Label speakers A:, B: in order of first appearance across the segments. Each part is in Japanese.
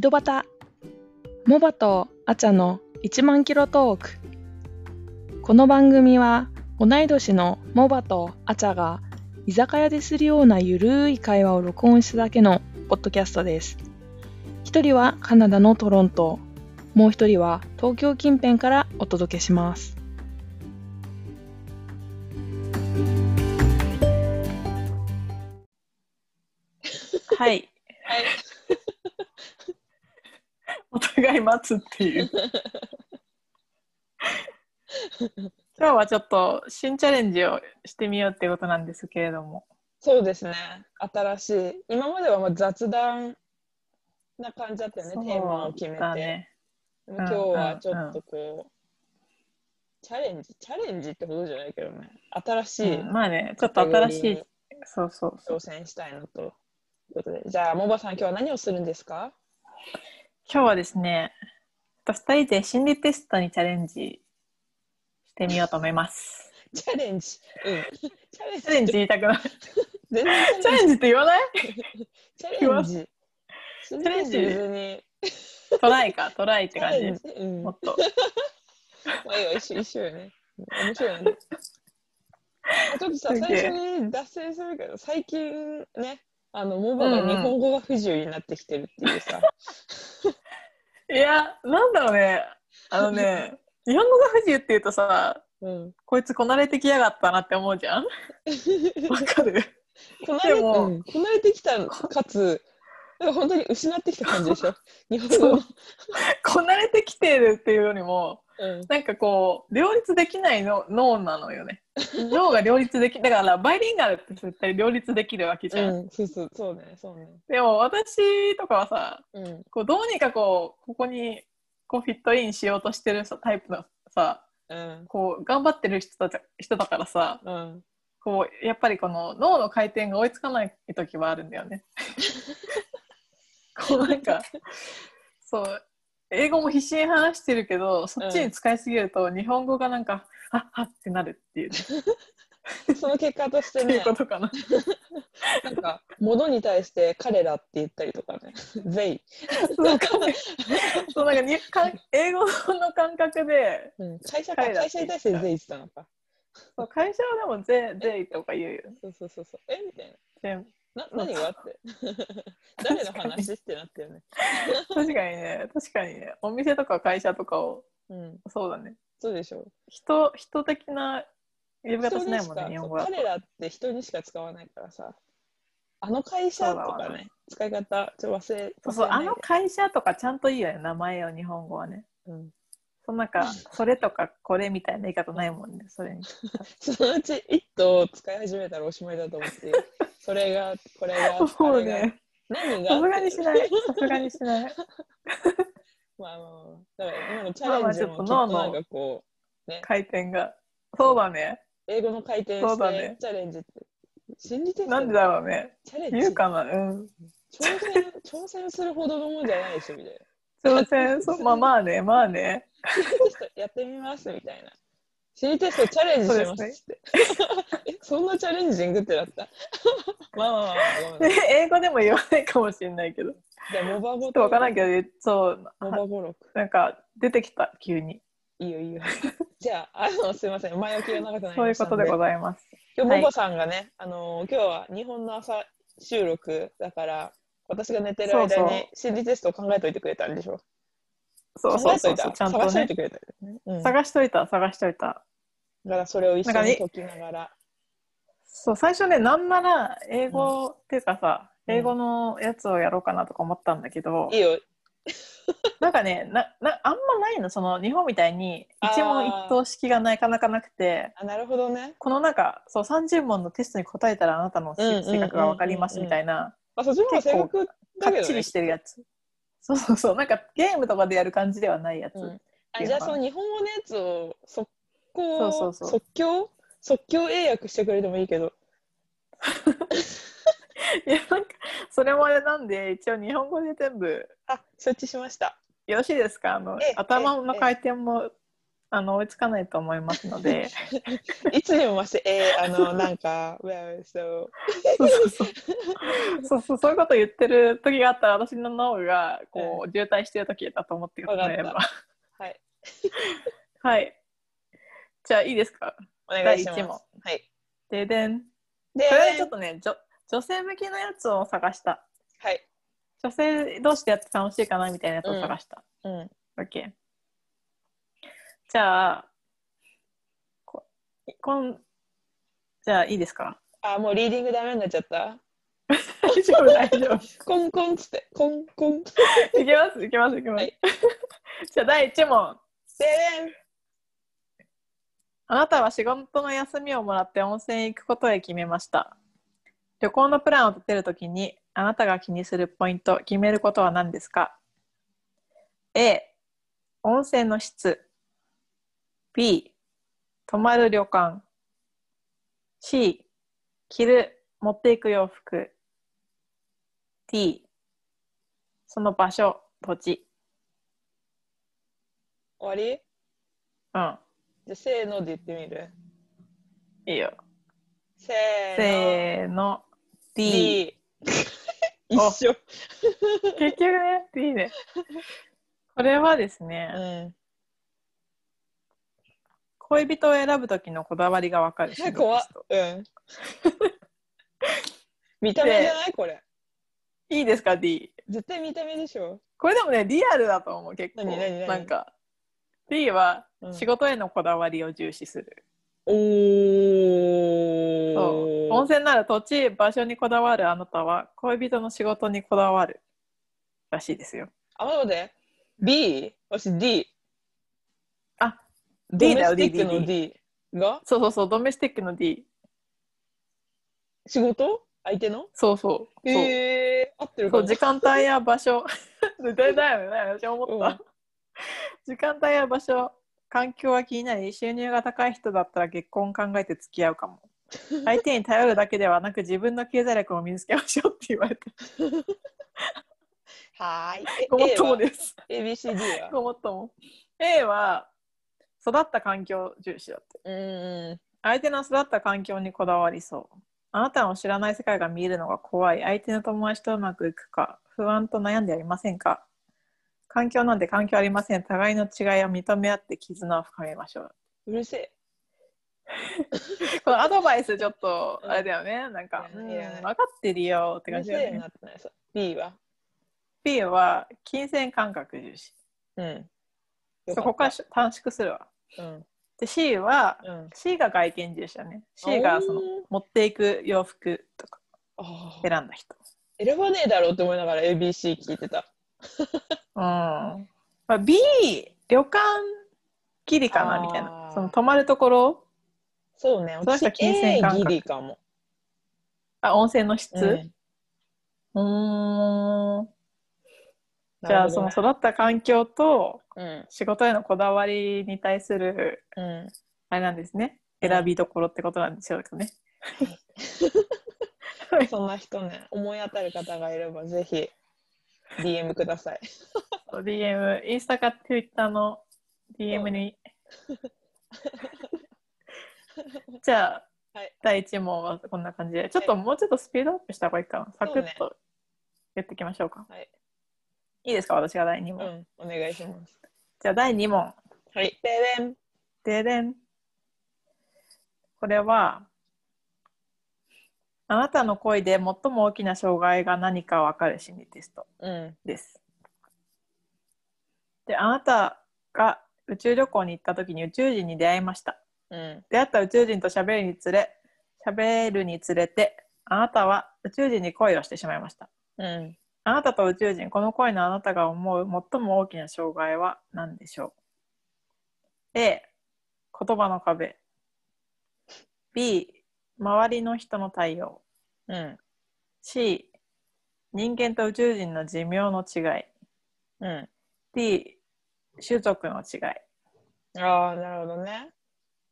A: ドバタモバとアチャの1万キロトークこの番組は同い年のモバとアチャが居酒屋でするようなゆるい会話を録音しただけのポッドキャストです一人はカナダのトロントもう一人は東京近辺からお届けします
B: はい。
A: はい
B: お互い待つって いう。今日はちょっと新チャレンジをしてみようってことなんですけれども。
A: そうですね新しい今まではまあ雑談な感じだったよねテーマを決めて、
B: だね。
A: でも今日はちょっとこう、チャレンジチャレンジってことじゃないけどね新しい
B: うんまあね、ちょっと新し
A: カ
B: い。そうそう
A: テゴリーに挑戦したいなということでじゃあモバさん今日は何をするんですか
B: 今日はですね、ちょっと2人で心理テストにチャレンジしてみようと思います。
A: チャレンジ、うん、 チャレン
B: チャレンジ
A: ジ
B: 言いたくない。
A: 全然
B: チャレンジって言わない
A: チャレンジチャ
B: ャ
A: レ
B: レン
A: ンジ
B: ジ
A: 別に
B: トライか、トライっ
A: チ
B: て
A: ャ
B: 感
A: レン
B: じ。
A: ジ、うん、
B: も
A: ま
B: っと。
A: あいいよ一緒一緒よね面白いよねちょっとさ
B: すげえ
A: 最初に脱線するけど最近ねあのモバが日本語が不自由になってきてるっていうさ、
B: いや、なんだろうね。あのね、日本語が不自由って言うとさ、
A: うん、
B: こいつこなれてきやがったなって思うじゃんわかる
A: こなれ
B: でも
A: うんこなれてきたかつなんか本当に失ってきた感じでしょ日本語の、
B: こなれてきてるっていうよりも
A: うん、
B: なんかこう両立できないの脳なのよね脳が両立できだからバイリンガルって絶対両立できるわけじゃん、
A: うん、そうそうそうねそうね
B: でも私とかはさ
A: うん
B: こうどうにかこうここにこうフィットインしようとしてるさタイプのさ
A: うん
B: こう頑張ってる人たち人だからさ
A: うん
B: こうやっぱりこの脳の回転が追いつかない時はあるんだよ ね。こうなんかそう英語も必死に話してるけどそっちに使いすぎると日本語がなんか、あはっってなる っていう,、
A: その結果として
B: ってい
A: ね
B: うことかな。
A: なんか物に対して彼らって言ったりとかね 「ゼイ
B: そうかもそうなんかにか英語の感覚で」
A: うん、会社か
B: 彼ら
A: 会社に対して「ゼイ」って言ったのか
B: そう会社はでも「ぜ」ぜいとか言うよね
A: そうそうそうそうえみたい
B: で。
A: なな何があって 誰の話ってなってるね
B: 確かにね確かにねお店とか会社とかを
A: うん
B: そうだね
A: そうでしょう
B: 人人的な呼び方しないもんね日
A: 人にしか
B: 本
A: そ
B: 語
A: う
B: だと
A: 彼らって人にしか使わないからさあの会社と
B: そうだ
A: か
B: わ
A: ね使い方ちょっと忘れ
B: そうそう、
A: 忘れ
B: あ
A: ないで
B: の会社とかちゃんといいよね、名前を日本語はね。
A: うん、
B: そのなんか、それとかこれみたいな言い方ないもんね、それに。
A: そのうち「イット!」を使い始めたらおしまいだと思 ってそれがこれが
B: も
A: あ
B: う
A: れが
B: ね、
A: 何が
B: さすがにしない、さすがにしない。
A: まあまあまあだから今のチャレンジもきっと
B: まあまあちょっと
A: なんかこ
B: 回転が。そうだね、
A: う英語の回転
B: そ
A: し
B: うだ
A: て
B: ね
A: チャレンジって心理的
B: なんでだろうね。
A: チャレン
B: 言う
A: ジ
B: かな、うん。
A: 挑戦挑戦するほどのもんじゃないでしょみたいな
B: 挑戦、そうまあまあね、まあね。
A: 心理テストやってみますみたいな。心理テストチャレンジしますって。え、そんなチャレンジングってなった。まあまあまあまあ、ごめん。
B: 英語でも言わないかもしれないけど。ち
A: じゃあモバ
B: ょ
A: ゴ
B: っとわから
A: ん
B: んけど、そう、
A: モバ語録。
B: なんか出てきた、急に。
A: いいよいいよ。じゃあ、あの、すいません。前置きが長くなり
B: そうい
A: ま
B: う
A: した
B: こ
A: の
B: とでございます。
A: 今
B: は
A: 日、
B: い
A: モバさんがね、あのー、今日は日本の朝収録だから、私が寝てる間
B: そうそう
A: に心理テストを考えといてくれたんでしょ。
B: そうそう
A: 考
B: そ
A: え
B: うそ
A: と
B: う、
A: い
B: ちゃ
A: た。
B: んと
A: 探しとい
B: ね
A: て。くれたよね。うん。だか
B: 探しといた、探しといた。
A: ら、それを一緒
B: なんか
A: に
B: ね
A: 解きながら。
B: そう最初ねなんなら英語、っていうかさ英語のやつをやろうかなとか思ったんだけど、
A: いいよ。
B: なんかねななあんまないのその日本みたいに
A: あー
B: 一問一答式がなかなかなくて
A: あ、なるほどね。
B: このなんかそう30問のテストに答えたらあなたの
A: うんうんうんうん
B: 性性格が分かりますみたいな
A: あ、そっちの方が正確だ
B: か
A: け
B: っ
A: ど
B: ち
A: ね
B: り。してるやつそうそうそうなんかゲームとかでやる感じではないやつ、
A: うん
B: って
A: あ
B: いう
A: じゃあ
B: の
A: そ
B: かな
A: の日本語のやつを速攻
B: そうそうそう
A: 即興即興英訳してくれてもいいけど
B: いやなんかそれもあれなんで一応日本語で全部
A: あ承知しました
B: よろしいですかあの
A: ええ
B: 頭の回転もあの追いつかないと思いますので
A: いつにも増して、えー、あの、なんか、well, so,
B: そうそうそう そうそうそういうこと言ってる時があったら私の脳がこう渋滞してる時だと思ってくだされ
A: わ
B: ば
A: かはい、
B: はいじゃあいいですか
A: お願いします。
B: 第一問
A: はい。
B: ででん
A: で
B: それはちょっとねじょ女性向きのやつを探した
A: はい。
B: 女性同士でやって楽しいかなみたいなやつを探した、
A: うん。
B: OK。じゃあ、ここんじゃあいいです か
A: あ、もうリーディングダメになっちゃった。
B: 大丈夫、大丈夫。
A: コンコンっつって、コンコン。で
B: いきます、いきます、いきます。
A: はい
B: じゃあ第1問。
A: でん。
B: あなたは仕事の休みをもらって温泉へ行くことへ決めました。旅行のプランを立てるときに、あなたが気にするポイント、決めることは何ですか ?A、温泉の質。B、泊まる旅館。C、着る、持っていく洋服。D、その場所、土地。
A: 終わり
B: うん、
A: じゃあ、せーので言ってみる。
B: いいよ。
A: せ
B: せー
A: ーの。
B: の、D。
A: D。一 緒。
B: 結局ね、いいね。これはですね、
A: うん。
B: 恋人を選ぶ時のこだわりがわかる。
A: 怖っ。うん。見た目じゃないこれ。
B: いいですか、D。
A: 絶対見た目でしょ。
B: これでもね、リアルだと思う、結構。
A: 何何何
B: なんか、D は
A: うん
B: 仕事へのこだわりを重視する。
A: お
B: そう温泉なら土地、場所にこだわるあなたは、恋人の仕事にこだわるらしいですよ。
A: あ、待って待って。B、私 D。
B: あ、
A: ド
B: D だ
A: メ
B: よ
A: スティック
B: D
A: の D が
B: そうそうそう、ドメスティックの D。
A: 仕事相手の
B: そうそう。そう
A: えー、合ってる
B: そ
A: か
B: う
A: も。
B: 時間帯や場所 絶対だよね私思った、
A: うん
B: 時間帯や場所環境は気になり収入が高い人だったら結婚を考えて付き合うかも相手に頼るだけではなく自分の経済力も身につけましょうって言われた
A: はーい。
B: ごもっとも
A: A は
B: です
A: ABCD は。
B: ごもっとも A は育った環境重視だって
A: うーん。
B: 相手の育った環境にこだわりそうあなたの知らない世界が見えるのが怖い相手の友達とうまくいくか不安と悩んでありませんか環境なんて環境ありません互いの違いを認め合って絆を深めましょう
A: うるせえ。
B: このアドバイスちょっとあれだよねなんか、
A: いら
B: うん、
A: ないいらな
B: 分
A: い
B: かってるよって
A: う
B: 感
A: る
B: じ
A: せ
B: だ
A: え
B: よね
A: なってないさ。B は。
B: P は金銭感覚重視
A: うん。
B: そこから短縮するわ
A: ら。うん。
B: で C は、
A: うん。
B: C が外見重視だね C がその持っていく洋服とか
A: あー
B: 選んだ人
A: 選ばねえだろうと思いながら ABC 聞いてた。
B: うんまあ、B 旅館ギリか
A: あ
B: な
A: ー
B: みたいなその泊まるところ
A: そうね。
B: その
A: 私
B: 人は金銭
A: A
B: 感覚
A: ギリかも。
B: あ温泉の質
A: うん
B: うーんじゃ
A: な
B: あ
A: るほ
B: そ
A: ど
B: の
A: ね
B: 育った環境と
A: うん
B: 仕事へのこだわりに対する
A: うん。
B: あれなんですね
A: うん
B: 選びどころってことなんでしょうかね、
A: そんな人ね、思い当たる方がいれば、ぜひ DM ください。
B: DM インスタか Twitter の DM に じゃあ、
A: はい
B: 第1問はこんな感じでちょっともうちょっとスピードアップした方がいいかなサクッとやっていきましょうか
A: はい
B: いいですか私が第2問、
A: うん、お願いします。
B: じゃあ第2問
A: はい。ででん。
B: ででんこれはあなたの恋で最も大きな障害が何か分かる心理テスト
A: うん。
B: です。で、あなたが宇宙旅行に行った時に宇宙人に出会いました。
A: うん。
B: 出会った宇宙人と喋るにつれ、喋るにつれて、あなたは宇宙人に恋をしてしまいました。
A: うん。
B: あなたと宇宙人、この恋のあなたが思う最も大きな障害は何でしょう ?A、言葉の壁。B、周りの人の対応。
A: うん。
B: C、人間と宇宙人の寿命の違い。
A: う
B: D 種族の違い
A: ん。ああ、なるほどね。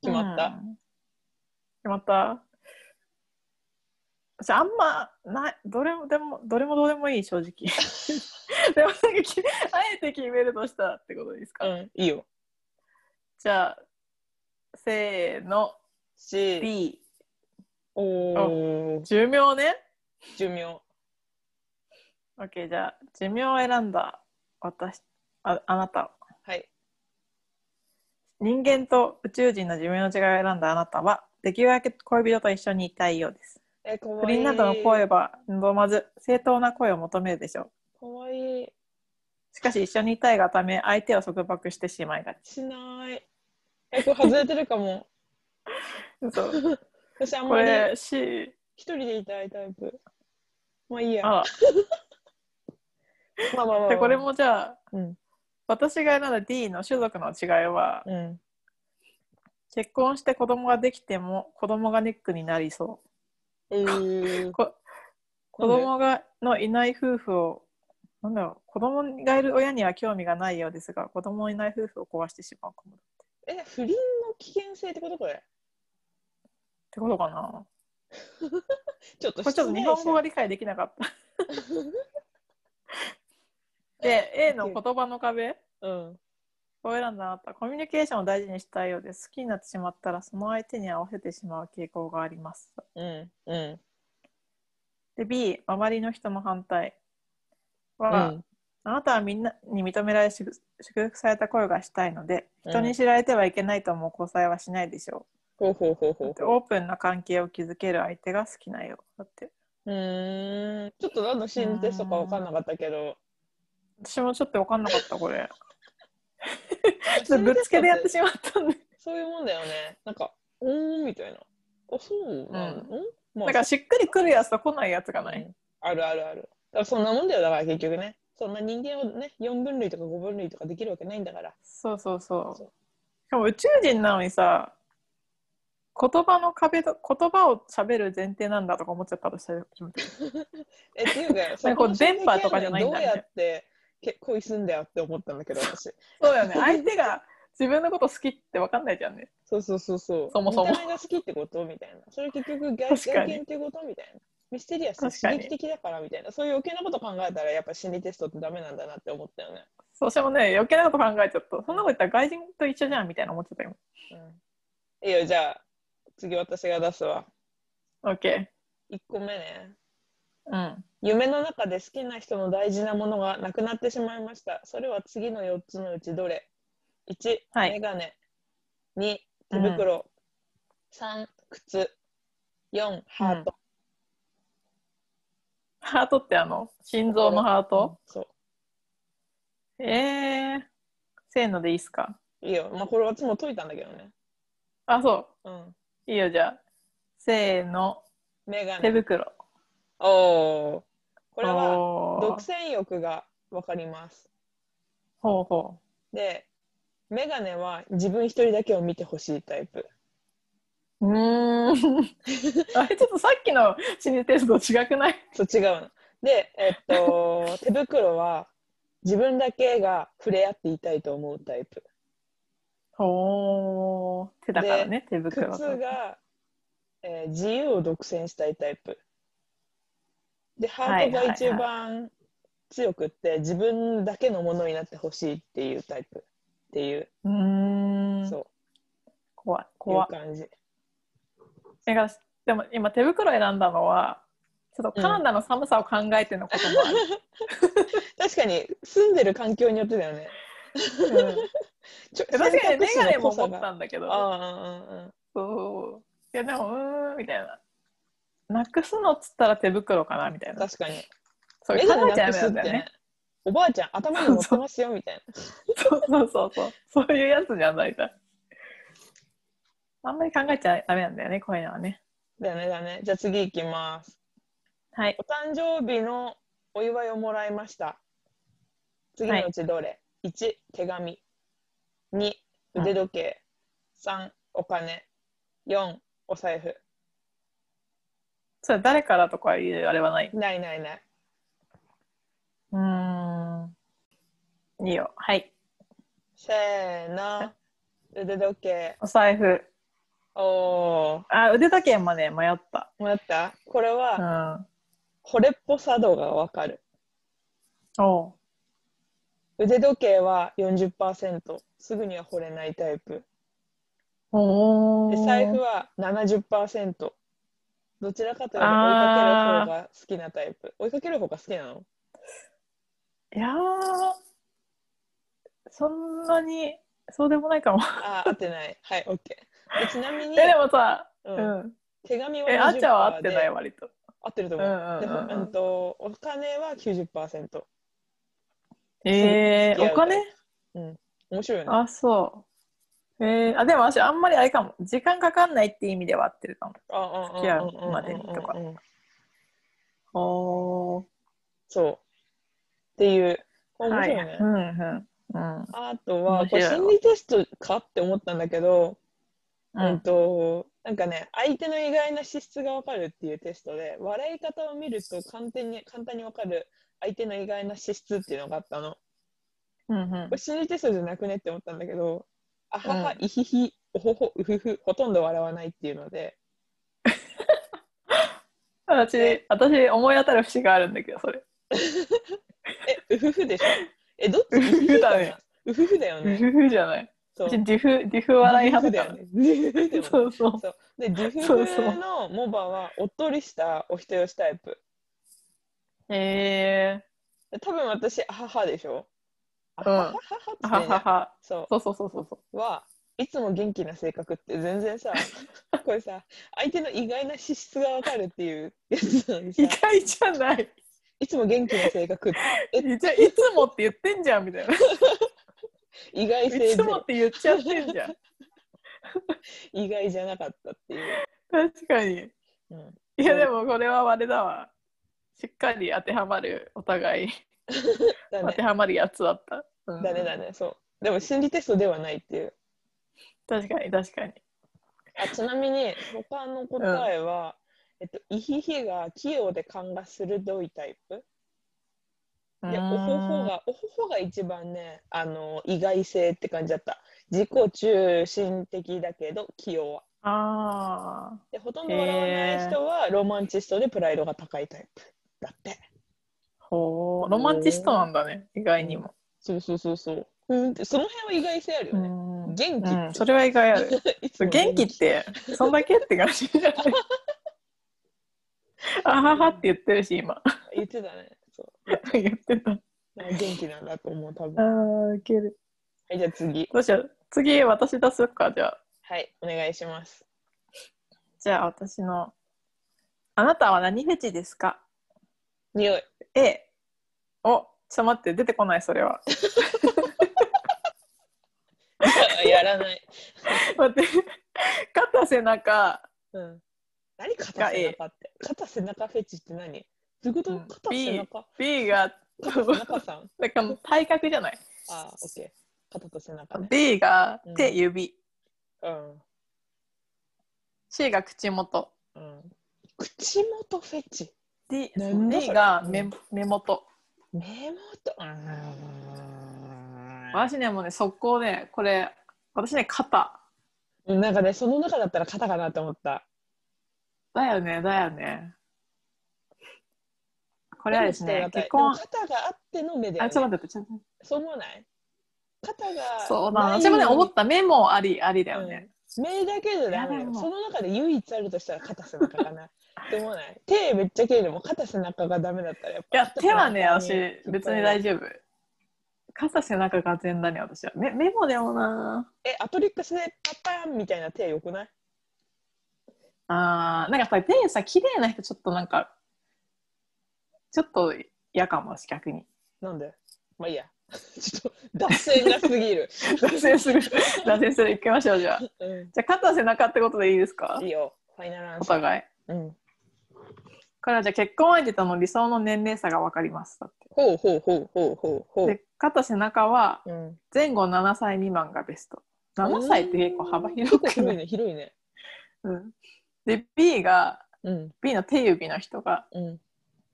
A: 決まった。
B: うん決まった私あんまないどれもでもどれもどうでもいい正 直でもなんかきあえて決めるとしたらってことですか、
A: うん、いいよ。
B: じゃあ、せーの、
A: し、
B: B。
A: おー、
B: 寿命ね。
A: 寿命。
B: OK、じゃあ、寿命を選んだ私、ああなた。
A: はい。
B: 人間と宇宙人の寿命の違いを選んだあなたは、できるだけ恋人と一緒にいたいようです。
A: え、かわ
B: 不
A: いい。
B: 倫などの声は望まず、正当な声を求めるでしょう。
A: かわいい。
B: しかし一緒にいたいがため、相手を束縛してしまいがち。
A: しない。え、これ外れてるかも。
B: そう
A: 私あん
B: こ
A: まり
B: れ、C。
A: 一人でいたいタイプ。まあいいや。
B: あ
A: まあまあまあまあ
B: でこれ。もじゃあ、
A: うん。
B: 私が選んだ D の種族の違いは、
A: うん。
B: 結婚して子供ができても子供がネックになりそ
A: えー
B: う。、こ子供がのいない夫婦を、なんだろう、子供がいる親には興味がないようですが、子供のいない夫婦を壊してしまうかも。っ
A: え、不倫の危険性ってことこれ。
B: てことかな。
A: ちょっと
B: これちょっと日本語が理解できなか った。で、A の言葉の壁。
A: うん。
B: こう選んだあなたコミュニケーションを大事にしたいようです好きになってしまったらその相手に合わせてしまう傾向があります
A: うん。うん。
B: で B 周りの人の反対
A: う
B: は、
A: ん。
B: あなたはみんなに認められ祝祝福された声がしたいので
A: うん
B: 人に知られてはいけないと思う交際はしないでしょ
A: ほうほうほう
B: う、
A: ほう
B: でオープンな関係を築ける相手が好きなようだって
A: うーん。ちょっと何の心理テストか分かんなかったけど。
B: 私もちょっと分かんなかったこれ ちょっとぶっつけでやってしまったんで
A: そういうもんだよね。なんか、おーんみたいな。あ、そうなんの、まあ
B: だからしっくりくるやつと来ないやつがない、
A: うんあるあるある。だからそんなもんだよ、だから結局ね。そんな人間をね、4分類とか5分類とかできるわけないんだから。
B: そうそうそう
A: そう
B: しかも宇宙人なのにさ言葉の壁と言葉を喋る前提なんだとか思っちゃったとして
A: え、っていうか、
B: なんかこう電波とかじゃないん
A: ど
B: だ
A: う
B: ね
A: やってけ恋すんだよって思ったんだけど、私。
B: そう よね相手が自分のこと好きって分かんないじゃんね
A: そうそうそうそう。
B: そもそも
A: 見た目が好きってことみたいな。それ結局
B: 確
A: 外
B: か
A: 外
B: に
A: 見ってことみたいな。ミステリアスで
B: 確か
A: 刺
B: に
A: 激的だからみたいな。そういう余計なこと考えたらやっぱ心理テストってダメなんだなって思ったよね。
B: そうしてもね余計なこと考えちゃったそんなこと言ったら外人と一緒じゃんみたいな思っちゃったよ
A: うん。いいよ、じゃあ次私が出すわ。
B: OK
A: 1個目ね。
B: うん
A: 夢の中で好きな人の大事なものがなくなってしまいました。それは次の4つのうちどれ ?1、
B: はい
A: メガネ。2、手袋。3、靴。4、ハート。
B: ハートってあの心臓のハート、
A: そう。
B: えー、せーのでいいっすか
A: いいよ。まあ、これ私も解いたんだけどね。
B: あそ
A: うん。
B: ういいよじゃあせーの
A: メガ
B: 手
A: ネ。
B: 袋
A: おお。これは、
B: おー
A: 独占欲がわかります。
B: ほうほ
A: で、メガネは自分一人だけを見てほしいタイプ。
B: ううーん あれちょっとさっきの心理テストと違くない
A: そう、違うの。で、えっ と、手袋は自分だけが触れ合っていたいと思うタイプ。
B: おー手だからね手
A: 靴
B: 袋だから
A: が、えー自由を独占したいタイプ。で、ハート
B: はい
A: が
B: はい
A: 一番強くって、自分だけのものになってほしいっていうタイプっていう、
B: うーん
A: そう。
B: 怖い
A: いう
B: 怖
A: 感じ。
B: いなんかでも今手袋選んだのはちょっとカナダの寒さを考えてのこともある、
A: 確かに住んでる環境によってだよね。
B: うん
A: ちょ
B: 確かにメガネも
A: 選
B: 思っ
A: 択肢の濃さが
B: たんだけど
A: ああ、うんうんうん。
B: そういやでもうーんみたいななくすのっつったら手袋かなみたいな
A: 確かに。
B: そう
A: メ
B: 考え
A: ガネ
B: ちゃ
A: な
B: う
A: くすっ
B: ん
A: て
B: だよね
A: ね。おばあちゃん頭に乗ってますよみたいな。
B: そうそうそうそう。そういうやつじゃないか。あんまり考えちゃダメなんだよね、こういうのはね。
A: だよねだね。じゃあ次行きます。
B: はい。
A: お誕生日のお祝いをもらいました。次のうちどれ、?1、手紙。2、腕時計。3、お金。4、お財布。
B: それ誰からとかいうあれはない。
A: ないないない。
B: うーん。いいよ。はい。
A: せーの。腕時計。
B: お財布。
A: おー。
B: あ、腕時計もね、迷った。
A: もらったこれは、
B: う
A: 惚れっぽさ度がわかる。
B: ん。おう
A: 腕時計は40%。すぐには惚れないタイプ。
B: お
A: で
B: ー
A: 財布は70%どちらかというと追いかける方
B: あー
A: が好きなタイプ追いかける方が好きなの
B: いやーそんなにそうでもないかも。
A: ああ 合ってないはい OK でちなみ
B: え
A: に、
B: でもさ、
A: う
B: うんん、
A: 手紙は
B: えあっちゃんは合っ
A: 20%で
B: てない割と。
A: 合ってると
B: うん
A: 思
B: う
A: う、
B: ん
A: でほ
B: う
A: うん
B: うん
A: んとお金は90%
B: え
A: 付き合う
B: ー、お金
A: 面白いよね
B: あそう。えー、あでも私あんまりあれかも時間かかんないって意味では合ってるか
A: あ
B: 付き合うまでにとかも。おー
A: そうっていうこれ面
B: は
A: 白
B: い。
A: いね、
B: うんうんうん
A: あとは
B: 面
A: こ
B: 白い
A: れ
B: わ
A: 心理テストかって思ったんだけど、
B: う
A: うん
B: ん。
A: となんかね相手の意外な資質がわかるっていうテストで笑い方を見ると簡単に簡単にわかる相手の意外な資質っていうのがあったの
B: うんうん
A: これ心理テストじゃなくねって思ったんだけどあはは、
B: う
A: いひひおほほうふふほとんど笑わないっていうので
B: 私、私思い当たる節があるんだけど、それ。
A: えうふふでしょえどっち
B: うふふだね
A: いひひかなうふふだよ
B: デ
A: ね
B: ュフじゃない。
A: そう
B: 私、デュフ、デュフ笑い派だ
A: だ
B: か
A: よ
B: ら。
A: ねうふふだよね
B: そうそう。
A: そうで、ディ
B: そ
A: フ
B: うそう
A: のモバはおっとりしたお人よしタイプ。
B: え
A: 多分私、あははでしょあ
B: ん
A: ははは
B: ー、
A: は
B: は
A: ってね
B: はは。
A: そ
B: そうそうそうそうそう。
A: う。はいつも元気な性格って全然 さ、これさ、相手の意外な資質がわかるっていうやつなのにさ
B: 意、外じゃない。
A: いつも元気な性格って、え、
B: じゃあいつもって言ってんじゃんみたいな。
A: 意外性
B: い
A: ゼ
B: つもっ
A: ロ
B: て言っちゃってんじゃん。
A: 意外じゃなかったっていう。
B: 確かに。
A: うん、
B: いやでもこれはあれだわ。しっかり当てはまるお互い
A: だ
B: 当て
A: ね、
B: はまるやつだった。うん
A: だね、だね、そう。でも心理テストではないっていう。
B: 確かに確かに。
A: あちなみに他の答えは、えっと、イヒヒが器用で勘が鋭いタイプでおほほがおほほが一番ねあの意外性って感じだった自己中心的だけど器用は
B: あ
A: でほとんど笑わない人はロマンチストでプライドが高いタイプだって
B: あ。ほう。ロマンチストなんだね。意外にも。
A: そうそうそうそううんってその辺は意外性あるよね、
B: うん
A: 元気って
B: うんそれは意外ある。
A: いつ
B: そう
A: も
B: 元気ってそんだけって感じじゃないあははって言ってるし今
A: 言ってたねそ
B: 言ってたあ
A: うだから元気なんだ と思う多分は
B: ーウケる
A: いじゃあ次
B: どうしよう次私出すかじゃあ
A: はいお願いします
B: じゃあ私のあなたは何フェチですか
A: 匂い
B: ?A おちょっと待って出てこないそれは
A: やらない
B: 待って肩背中、
A: うん何肩背中って肩背中フェチって何どういうこ
B: う
A: と
B: ん
A: 肩背中
B: B が
A: 肩背中さん
B: なんかもう体格じゃない
A: あーオッケー肩と背中ね
B: B が手
A: うん
B: 指、
A: うん
B: C が口元
A: うん口元フェチ
B: D,
A: なんだ
B: D
A: それ
B: が目目元
A: 目元うー
B: 私ねもうね速攻ねこれ私ね肩
A: んなんかねその中だったら肩かなと思った
B: だよねだよねこれはですね
A: でも
B: 結婚
A: 肩があっての目で、
B: あ
A: ね、
B: ちょっと待ってちょっと待って
A: そう思わない肩が
B: そうだな
A: ない
B: 私もね思った目もありありだよね、
A: うん目だけじゃダメ
B: いやで
A: よ
B: も
A: その中で唯一あるとしたら肩背中かなって思わない 手めっちゃ綺麗でも肩背中がダメだったらやっぱ
B: いや手はね私別に大
A: 事
B: 丈夫肩背中が全だね私は目目もでもな
A: えアトリックスでパパンみたいな手よくない
B: あーなんかやっぱり手さ綺麗な人ちょっとなんかちょっと嫌かもし逆に
A: なんでまあいいや ちょっと脱線がすぎる、
B: 脱線 する脱線する行きましょうじゃあじ
A: う
B: ゃあ肩背中ってことでいいですか
A: ん、いいよファイナルアン
B: お
A: サー
B: 互い
A: うん
B: これはじゃあ結婚相手との理想の年齢差が分かりますだって
A: ほうほうほうほうほうほう
B: で肩背中は
A: うん、
B: 前後7歳未満がベスト7歳って結構幅広
A: 結構
B: くな
A: 広い
B: い、
A: ね広いね
B: うん、で B が
A: うん
B: B の手指の人が
A: うん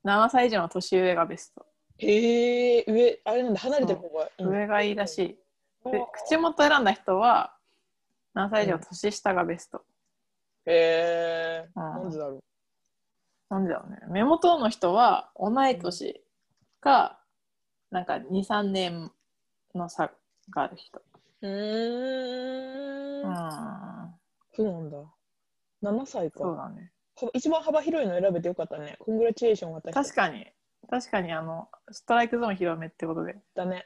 B: 7歳以上の年上がベスト
A: へえ上あれなんだ離れてる方がいいんだ
B: 上がいいらしい
A: あー
B: で口元選んだ人は7歳以上の年下がベスト、
A: へえ
B: うん
A: なんでだろう
B: なんでだろうね目元の人は同い年か、なんか23年の差がある人
A: うー
B: う
A: ん
B: ん
A: そうなんだ。7歳
B: そう
A: か。
B: だね。
A: 幅一番幅広いの選べてよかったね。コングラチュエーション私たち
B: 確かに、確かに、あの、ストライクゾーン広めってことで。
A: だね。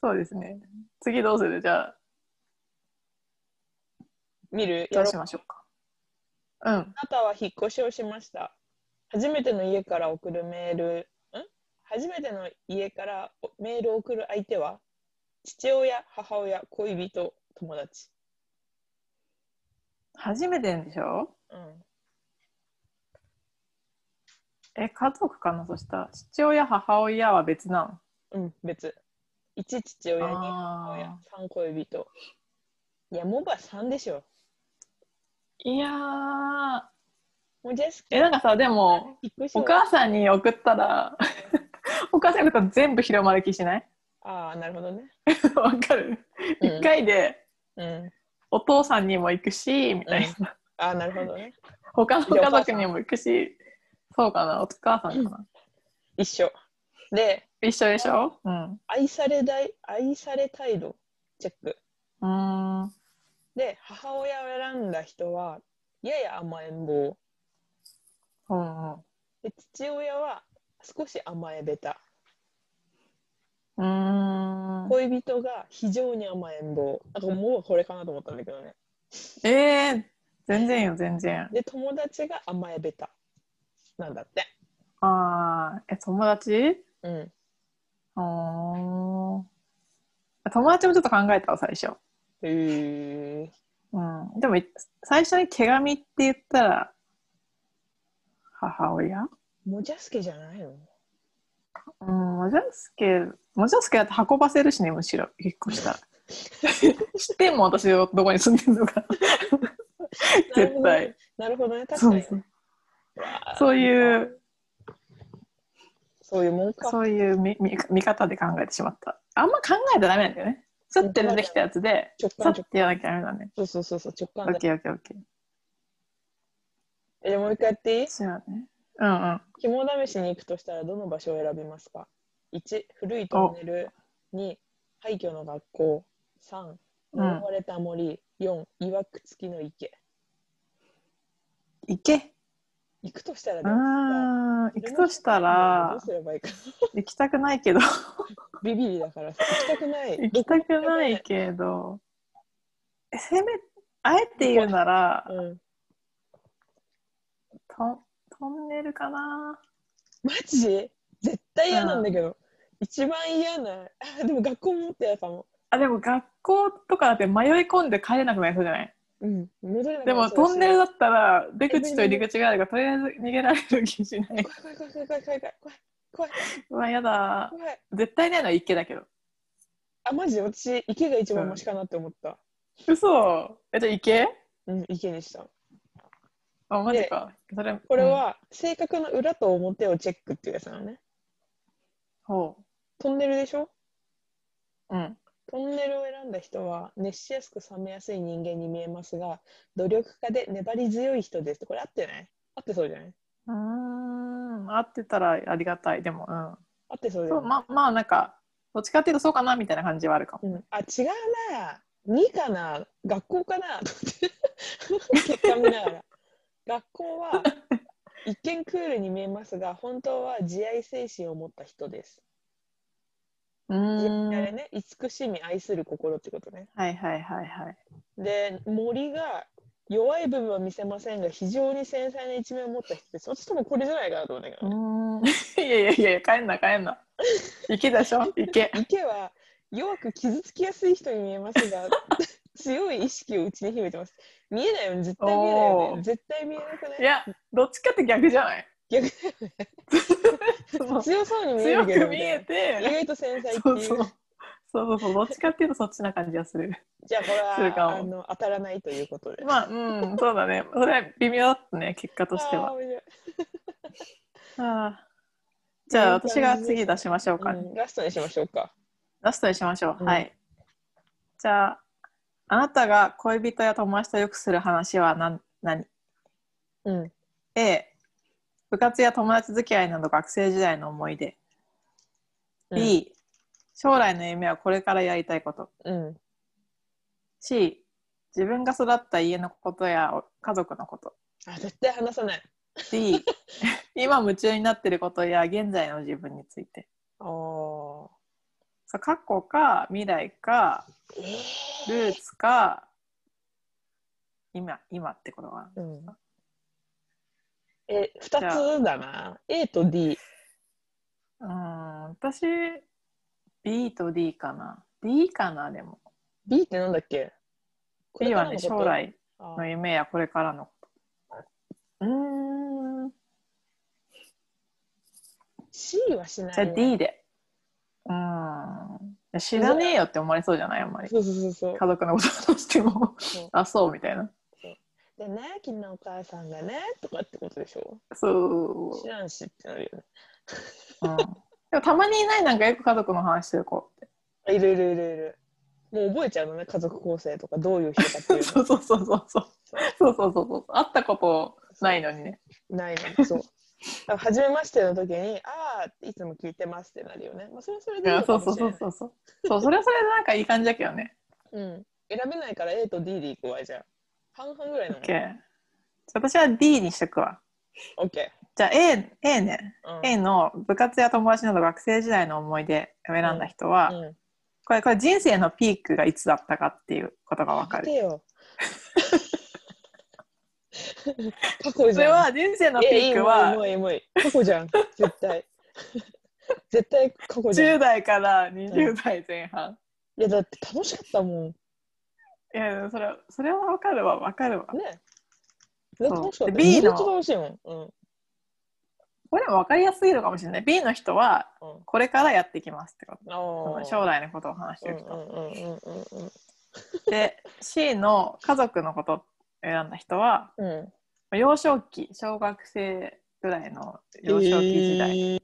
B: そうですね。次どうするじゃあ、
A: 見る
B: ど
A: や
B: う
A: ろ
B: し
A: うあ
B: ましょうか。うん。
A: なたは引っ越しをしました。初めての家から送るメール、ん初めての家からメールを送る相手は父親、母親、恋人、友達。
B: 初めてでしょ
A: うん。
B: え、家族かなそしたら、父親、母親は別なの。
A: うん、別。1父親、2母親
B: あ、
A: 3恋人。いや、モバ3でしょ。
B: ーいやー、
A: もうジェス
B: え、なんかさ、でも、
A: 引っ越し
B: お
A: を
B: 母さんに送ったら、お母さんに送ったら全部広まる気しない
A: ああ、なるほどね。
B: わかる
A: う
B: 一、
A: ん
B: 回で
A: うん。
B: お父さんにも行くし、みたいな。
A: ああ、なるほどね。
B: 他の家族にも行くし、そうかな、お母さんかな。
A: 一緒。で、
B: 一緒でしょうん。う
A: 愛されたい、愛され態度、チェック。
B: ーん。
A: で、母親を選んだ人は、やや甘えん坊。
B: うん
A: で、父親は、少し甘えべた。
B: うん。うーん。
A: 恋人が非常に甘えん坊。なんかもうこれかなと思ったんだけどね。
B: えー、全然よ、全然。
A: で、友達が甘えべた。なんだって。
B: あー、え、友達
A: うん。
B: うーん。友達もちょっと考えたわ、最初。
A: へえ。
B: うん、でもい最初に手紙って言ったら母親
A: もじゃすけじゃないの
B: うんもじゃすけもじゃすけだと運ばせるしねむしろ引っ越したら知ってんもん私どこに住んでるのか絶対
A: なるほどね。確
B: そ
A: か
B: う
A: に。
B: そう
A: わあ
B: そうい。う
A: そういうもんか。
B: そういう見見見方で考えてしまったあんま考えたらダメなんだよねスッて出てきたやつで
A: 直
B: さ
A: 感
B: っ
A: 直
B: てやらなきゃダメだね
A: そうそうそうそう直
B: オ
A: 感
B: ッ
A: だ。
B: ケーオッケーオッケー
A: えもう一回やっていい
B: そうだねうんうん
A: 肝試しに行くとしたらどの場所を選びますか ?1、古いトンネル。2、廃墟の学校。3、
B: うん
A: 呪われた森。4、いわくつきの池。
B: 行け
A: 行くとしたら
B: うー
A: さ
B: ん行くとしたら
A: どうすればいいか。
B: 行きたくないけど
A: ビビりだからさ、行きたくな い。
B: 行きたくないけどえせめあえて言うなら
A: うん。
B: トトンネルかな
A: マジ絶対嫌なんだけど。一番嫌な。あ、でも学校も持ってやかも。
B: あでも学校とかだって迷い込んで帰れなくなりそうじゃない
A: うん。戻れなく
B: で
A: な
B: も
A: りそうだ
B: ト
A: し
B: ンネルだったら出口と入り口があるからとりあえず逃げられる気しない
A: 怖い怖い怖い怖い怖い怖い怖い。怖いう
B: わやだ
A: 怖い。
B: 絶対ないのは池だけど
A: あ、マジで私、池が一番マシかなって思った。
B: 嘘えじゃあ池
A: うん、池でした。
B: あマジかそれ
A: これ、は、性格の裏と表をチェックっていうやつなの
B: う
A: ね。
B: んほ
A: トンネルでしょ
B: ううん
A: トンネルを選んだ人は、熱しやすく冷めやすい人間に見えますが、努力家で粘り強い人です。これ合ってない合ってそうじゃないう
B: ーん合ってたらありがたいでもうん
A: 合ってそうじゃ
B: そう
A: ない
B: まあまあなんかどっちかっていうとそうかなみたいな感じはあるかも
A: うん、あ、違うな。2かな学校かな と思って結果見ながら。学校は、一見クールに見えますが、本当は慈愛精神を持った人です。
B: う
A: あれ
B: ーん
A: ね、慈しみ、愛する心ってことね。
B: はいはいはいはい
A: で森が弱い部分は見せませんが非常に繊細な一面を持った人です。私多分これじゃないかなと思うんだけ
B: う
A: どね、
B: ーん いやいやいや帰んな帰んな行けでしょ行け
A: 池は弱く傷つきやすい人に見えますが 強い意識を内に秘めてます。見えないよね絶対見えないよ
B: おー
A: ね絶対見えなく
B: い
A: ない
B: やどっちかって逆じゃない
A: 逆だ
B: その
A: 強そうに見え
B: 強
A: るけど
B: く見え
A: みたいな
B: て
A: 意外と繊細って
B: そう
A: いう
B: そうそうそうそうどっちかっていうとそっちな感じがする
A: じゃあこれ
B: するかも
A: はあの当たらないということで。
B: まあうんそうだねそれは微妙だったね結果として
A: あー
B: は
A: 面白い
B: あーじゃあ私が次出しましょうかね、
A: うんラストにしましょうか。
B: ラストにしましょう。
A: うん
B: はい。じゃあ、あなたが恋人や友達とよくする話は何何
A: うん、
B: ?A、部活や友達付き合いなど学生時代の思い出。B、将来の夢はこれからやりたいこと。
A: うん、
B: C、自分が育った家のことやお家族のこと。
A: あ絶対話さない
B: D、今夢中になってることや現在の自分について。
A: お
B: そう過去か未来か
A: えー
B: ルーツか今今ってことは
A: うん、え2つだな A と D
B: うん私 B と D かな D かなでも
A: B ってなんだっけ
B: B はね将来
A: あ
B: の夢やこれからのことうーん
A: C はしない、
B: じゃあ
A: ね、
B: D でうん知らねえよって思われそうじゃないあんまり
A: そうそうそうそう
B: 家族のこと話しても
A: そう
B: あそうみたいな
A: でね昨日お母さんがねとかってことでしょ
B: そう
A: 知らんしってなるよね
B: うんでもたまにいないなんかよく家族の話する子って
A: あいるいるいるいるもう覚えちゃうのね家族構成とかどういう人かってい う
B: そうそうそうそうそうそうそうそうそう会ったことないのにね
A: のないのそうだから初めましての時に「ああいつも聞いてます」ってなるよね、まあ、それはそれ
B: い
A: でいい
B: や
A: の
B: そ
A: か
B: うそ
A: も
B: う
A: し
B: そ
A: れないう
B: そうそうそうそれはそれでなんかいい感じだけどね
A: うん選べないから A と D でいくわじゃあ半々ぐらいの
B: OK 私は D にしとくわ
A: OK
B: じゃあ A, A ね、
A: うん
B: A の部活や友達など学生時代の思い出を選んだ人は、
A: うん
B: これこれ人生のピークがいつだったかっていうことがわか
A: 待
B: る
A: て よ過去
B: そ
A: じゃん
B: れは人生のピーク
A: えも
B: は
A: ういいもういいもういい過去じゃん絶 対絶対過去じゃん
B: 10代から20代前半、
A: いやだって楽しかったも
B: いやそれはそれはわかるわわかるわ
A: んねね
B: そう
A: 楽しかった
B: で B の
A: ずっと楽しいもんうん
B: これもわかりやすいのかもしれない B の人は
A: うん
B: これからやってきますってこと
A: あー
B: その将来のことを話して
A: うん
B: る
A: う
B: 人、
A: んうんうんうん
B: で C の家族のことを選んだ人は
A: うんうん
B: 幼少期小学生ぐらいの幼少期時代
A: えー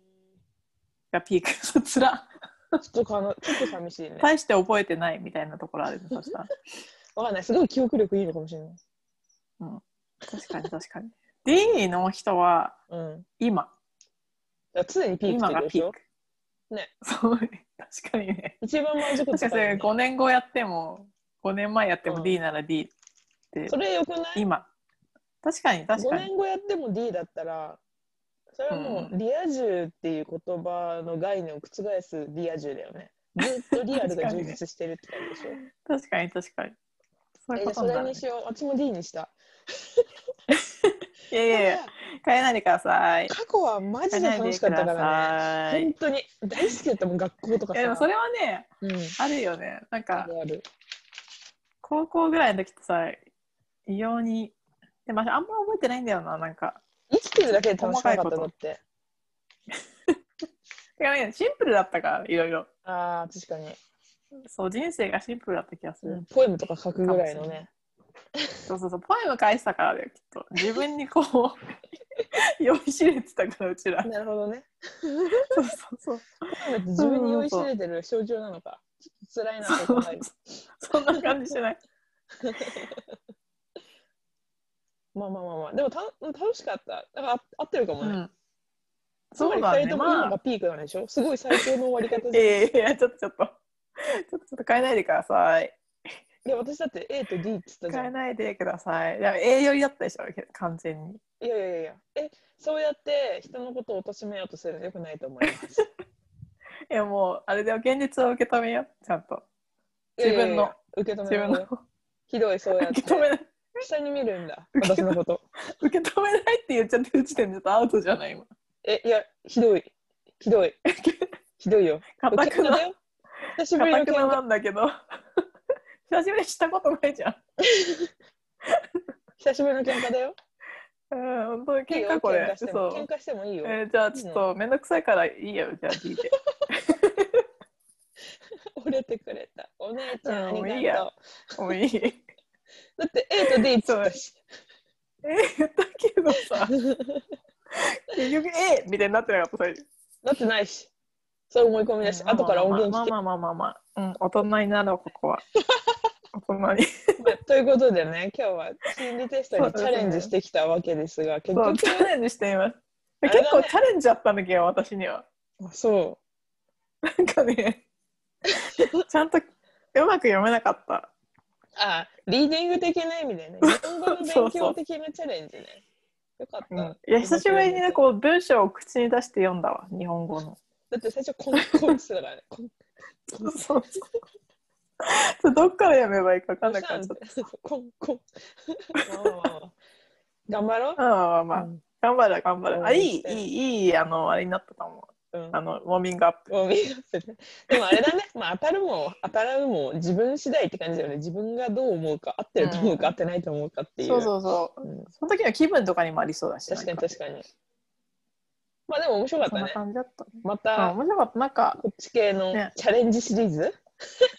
B: がピーク、 つら
A: ちょっとかのちょっと寂しいね
B: 大して覚えてないみたいなところある ねそしたら
A: わかんないすごい記憶力いいのかもしれない
B: 確かに確かに D の人は
A: うん
B: 今
A: だから常にピーク
B: 今
A: って
B: が
A: ことで
B: ピ
A: し
B: ー
A: ょ
B: ク
A: ね
B: そう確かにね
A: 一番満足
B: 確か
A: 感
B: にそれ5年後やっても5年前やって
A: う
B: も
A: ん
B: D なら D って、
A: それよくない
B: 今確かに確
A: 5
B: かに
A: 年後やっても D だったらそれはも
B: う
A: うリア充っていう言葉の概念を覆すリア充だよねずっとリアルが充実してるって感じでしょ
B: 確かに確かにそういう
A: え
B: こ
A: そ
B: とに
A: れ
B: なる、ね
A: にしよう私も D にした
B: いやいやいや変えないでください
A: 過去はマジで楽しかったからね
B: ら
A: 本当に大好きだったもん学校とか
B: いやでも
A: さ
B: それはね
A: うん
B: あるよねなん
A: あ
B: か
A: るある
B: 高校ぐらいの時ってさ異様にでもあんま覚えてないんだよななんか
A: 生きてるだけで楽しかったのって
B: てかねシンプルだったからいろいろ
A: あー確かに、
B: そう人生がシンプルだった気がする、
A: うんポエムとか書くぐらいの
B: かもしれ
A: ね
B: そうそうそうポエム返したからだよきっと自分にこう 酔いしれてたからうちら
A: なるほどね
B: そうそうそう
A: ポエムって自分に酔いしれてる象徴なのかちょっと辛いなと
B: そう
A: 考える
B: そんな感じしない
A: まあまあまあまあ、でもた楽しかった。だからあ合ってるかも
B: う
A: ね。
B: んそうだ
A: つまり二
B: ね
A: 人とも
B: ま
A: 今
B: あ
A: がピークなんでしょすごい最高の終わり方
B: いや い
A: で。
B: やいやちょっとちょっとちょっとちょっと変えないでください
A: いや、私だって A と D って言ったじゃ
B: 変え
A: ん。
B: ないでくださいでも栄養だったでしょ完全に
A: いやいやいや。え、そうやって人のことを貶めようとするのよくないと思 います。
B: いやもうあれで現実を受け止めようちゃんと自分の
A: いやいやいや受け止
B: 自
A: め
B: 分
A: よう
B: の
A: よ。ひどい、そうやっ
B: 受
A: て
B: け。止めない
A: 下に見るんだ、
B: 受け
A: 私のこと。
B: 受け止めないって言っちゃってる時点でちょっとアウトじゃない今
A: え、いや、ひどい。ひどい。ひどいよ。
B: かたく
A: 喧嘩
B: な
A: だよ。久しぶりの
B: か
A: 喧
B: たくな
A: 嘩
B: なんだけど久しぶりにしたことないじゃん
A: 久しぶりの喧嘩だよ。
B: うん本当に
A: いい
B: 喧
A: よ
B: 嘩こ
A: 喧
B: れ
A: 嘩しても
B: そ
A: 喧
B: う
A: 嘩してもいいよ。
B: えーじゃあちょっと面倒くさいからいいよじゃあ D で
A: 折れてくれた。お姉ちゃん、あ
B: うん
A: り
B: もう
A: が
B: い
A: と。
B: ういやもういいえ
A: だって A と D っつったし。
B: 言ったけどさ結局 A みたいになってなかった最初
A: なってないし。それ思い込みだし、後から音源聞け。
B: まあまあまあまあまあ、うん、大人になろうここは大人に
A: まあということでね、今日は心理テストにチャレンジしてきたわけですが、結
B: そう
A: 局、
B: チャレンジしています
A: あれだね
B: 結構チャレンジだったんだけど私には
A: あそ
B: なんかねちゃんとうまく読めなかった
A: う。あ、リーディング的な意味でね。日本語の勉強的なチャレンジね。よかった。
B: いや久しぶりにねこう文章を口に出して読んだわ日本語の。
A: だって最初こんこんしてた からね。こん
B: そうそう ちょどっからやめばいいか分かんなくなっちゃっ
A: こんこん。 まあまあまあまあ頑張ろう
B: た。。まあまあまあ、
A: うん
B: 頑張れ頑張れ。あいい
A: うん
B: いいいいあのあれになったと思う。
A: うん
B: あのウォーミングアップ。
A: もう見合わせてでもあれだね、まあ、当たるも当たらうも自分次第って感じだよね自分がどう思うか合ってると思う
B: う
A: か、
B: ん
A: 合ってないと思うかっていう
B: そうそうそう。
A: うん
B: その時の気分とかにもありそうだし。
A: 確かに
B: なん
A: 確かにまあでも面白かっ
B: そん
A: た
B: な
A: ね
B: 感じだったね。
A: ま
B: あ
A: た
B: 面白かった。なんか
A: こっち系の
B: ね
A: チャレンジシリーズ、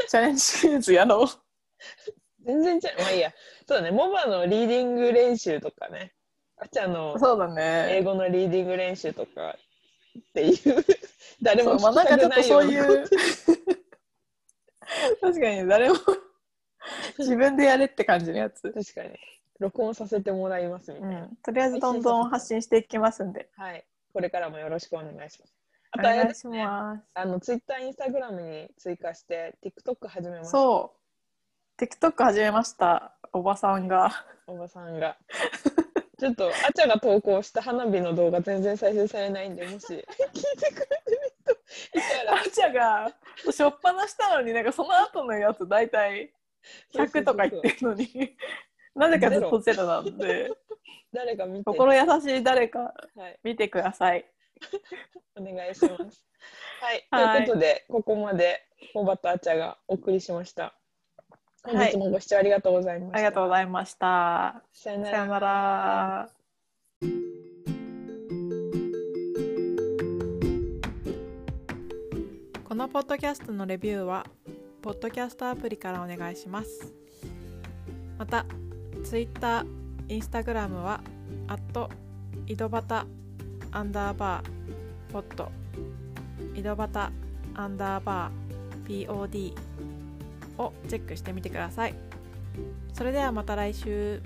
B: チャレンジシリーズやろう。
A: 全然ちゃまあいいやそうだねモバのリーディング練習とかねあっちゃんの
B: そうだ
A: 英
B: ね。
A: 語のリーディング練習とかっていう 誰
B: そ
A: も
B: うまあ、
A: 聞
B: なん
A: きた
B: かちょ
A: く
B: っ
A: な
B: と
A: いよ
B: そう
A: う
B: い
A: な
B: う。 確かに誰も自分でやれって感じのやつ。
A: 確かに録音させてもらいますみた
B: う
A: いな、
B: ん。とりあえずどんどん発信していきますんで。
A: はい。これからもよろしくお願いします。あ
B: お
A: とあれ
B: 願
A: で
B: いし
A: すね。
B: ます。
A: あの、ツイッター、インスタグラムに追加して、TikTok 始めました。
B: そう。TikTok 始めました。おばさんが。
A: おばさんが。ちょっと、あちゃが投稿した花火の動画全然再生されないんで、 もし聞いてくれてる人いたら
B: あ、ちゃが、しょっぱなしたのに、なんかその後のやつ大体100とか言ってるのに、 なぜかずっとゼロなんで、
A: 誰か見て、は
B: 心優しい誰か
A: い、
B: 見てください。
A: お願いします。はい。
B: はい
A: ということで、ここまで、小畑あちゃがお送りしました。本
B: はい
A: 日もご視聴ありがとうございまし
B: あ
A: た。
B: りがとうございました。
A: さよな
B: さ
A: ら
B: よ。なら。このポッドキャストのレビューは、ポッドキャストアプリからお願いします。また、Twitter、Instagram は、アット、井戸端、アンダーバー、ポッド、井戸端、アンダーバー、POD をチェックしてみてください。それではまた来週。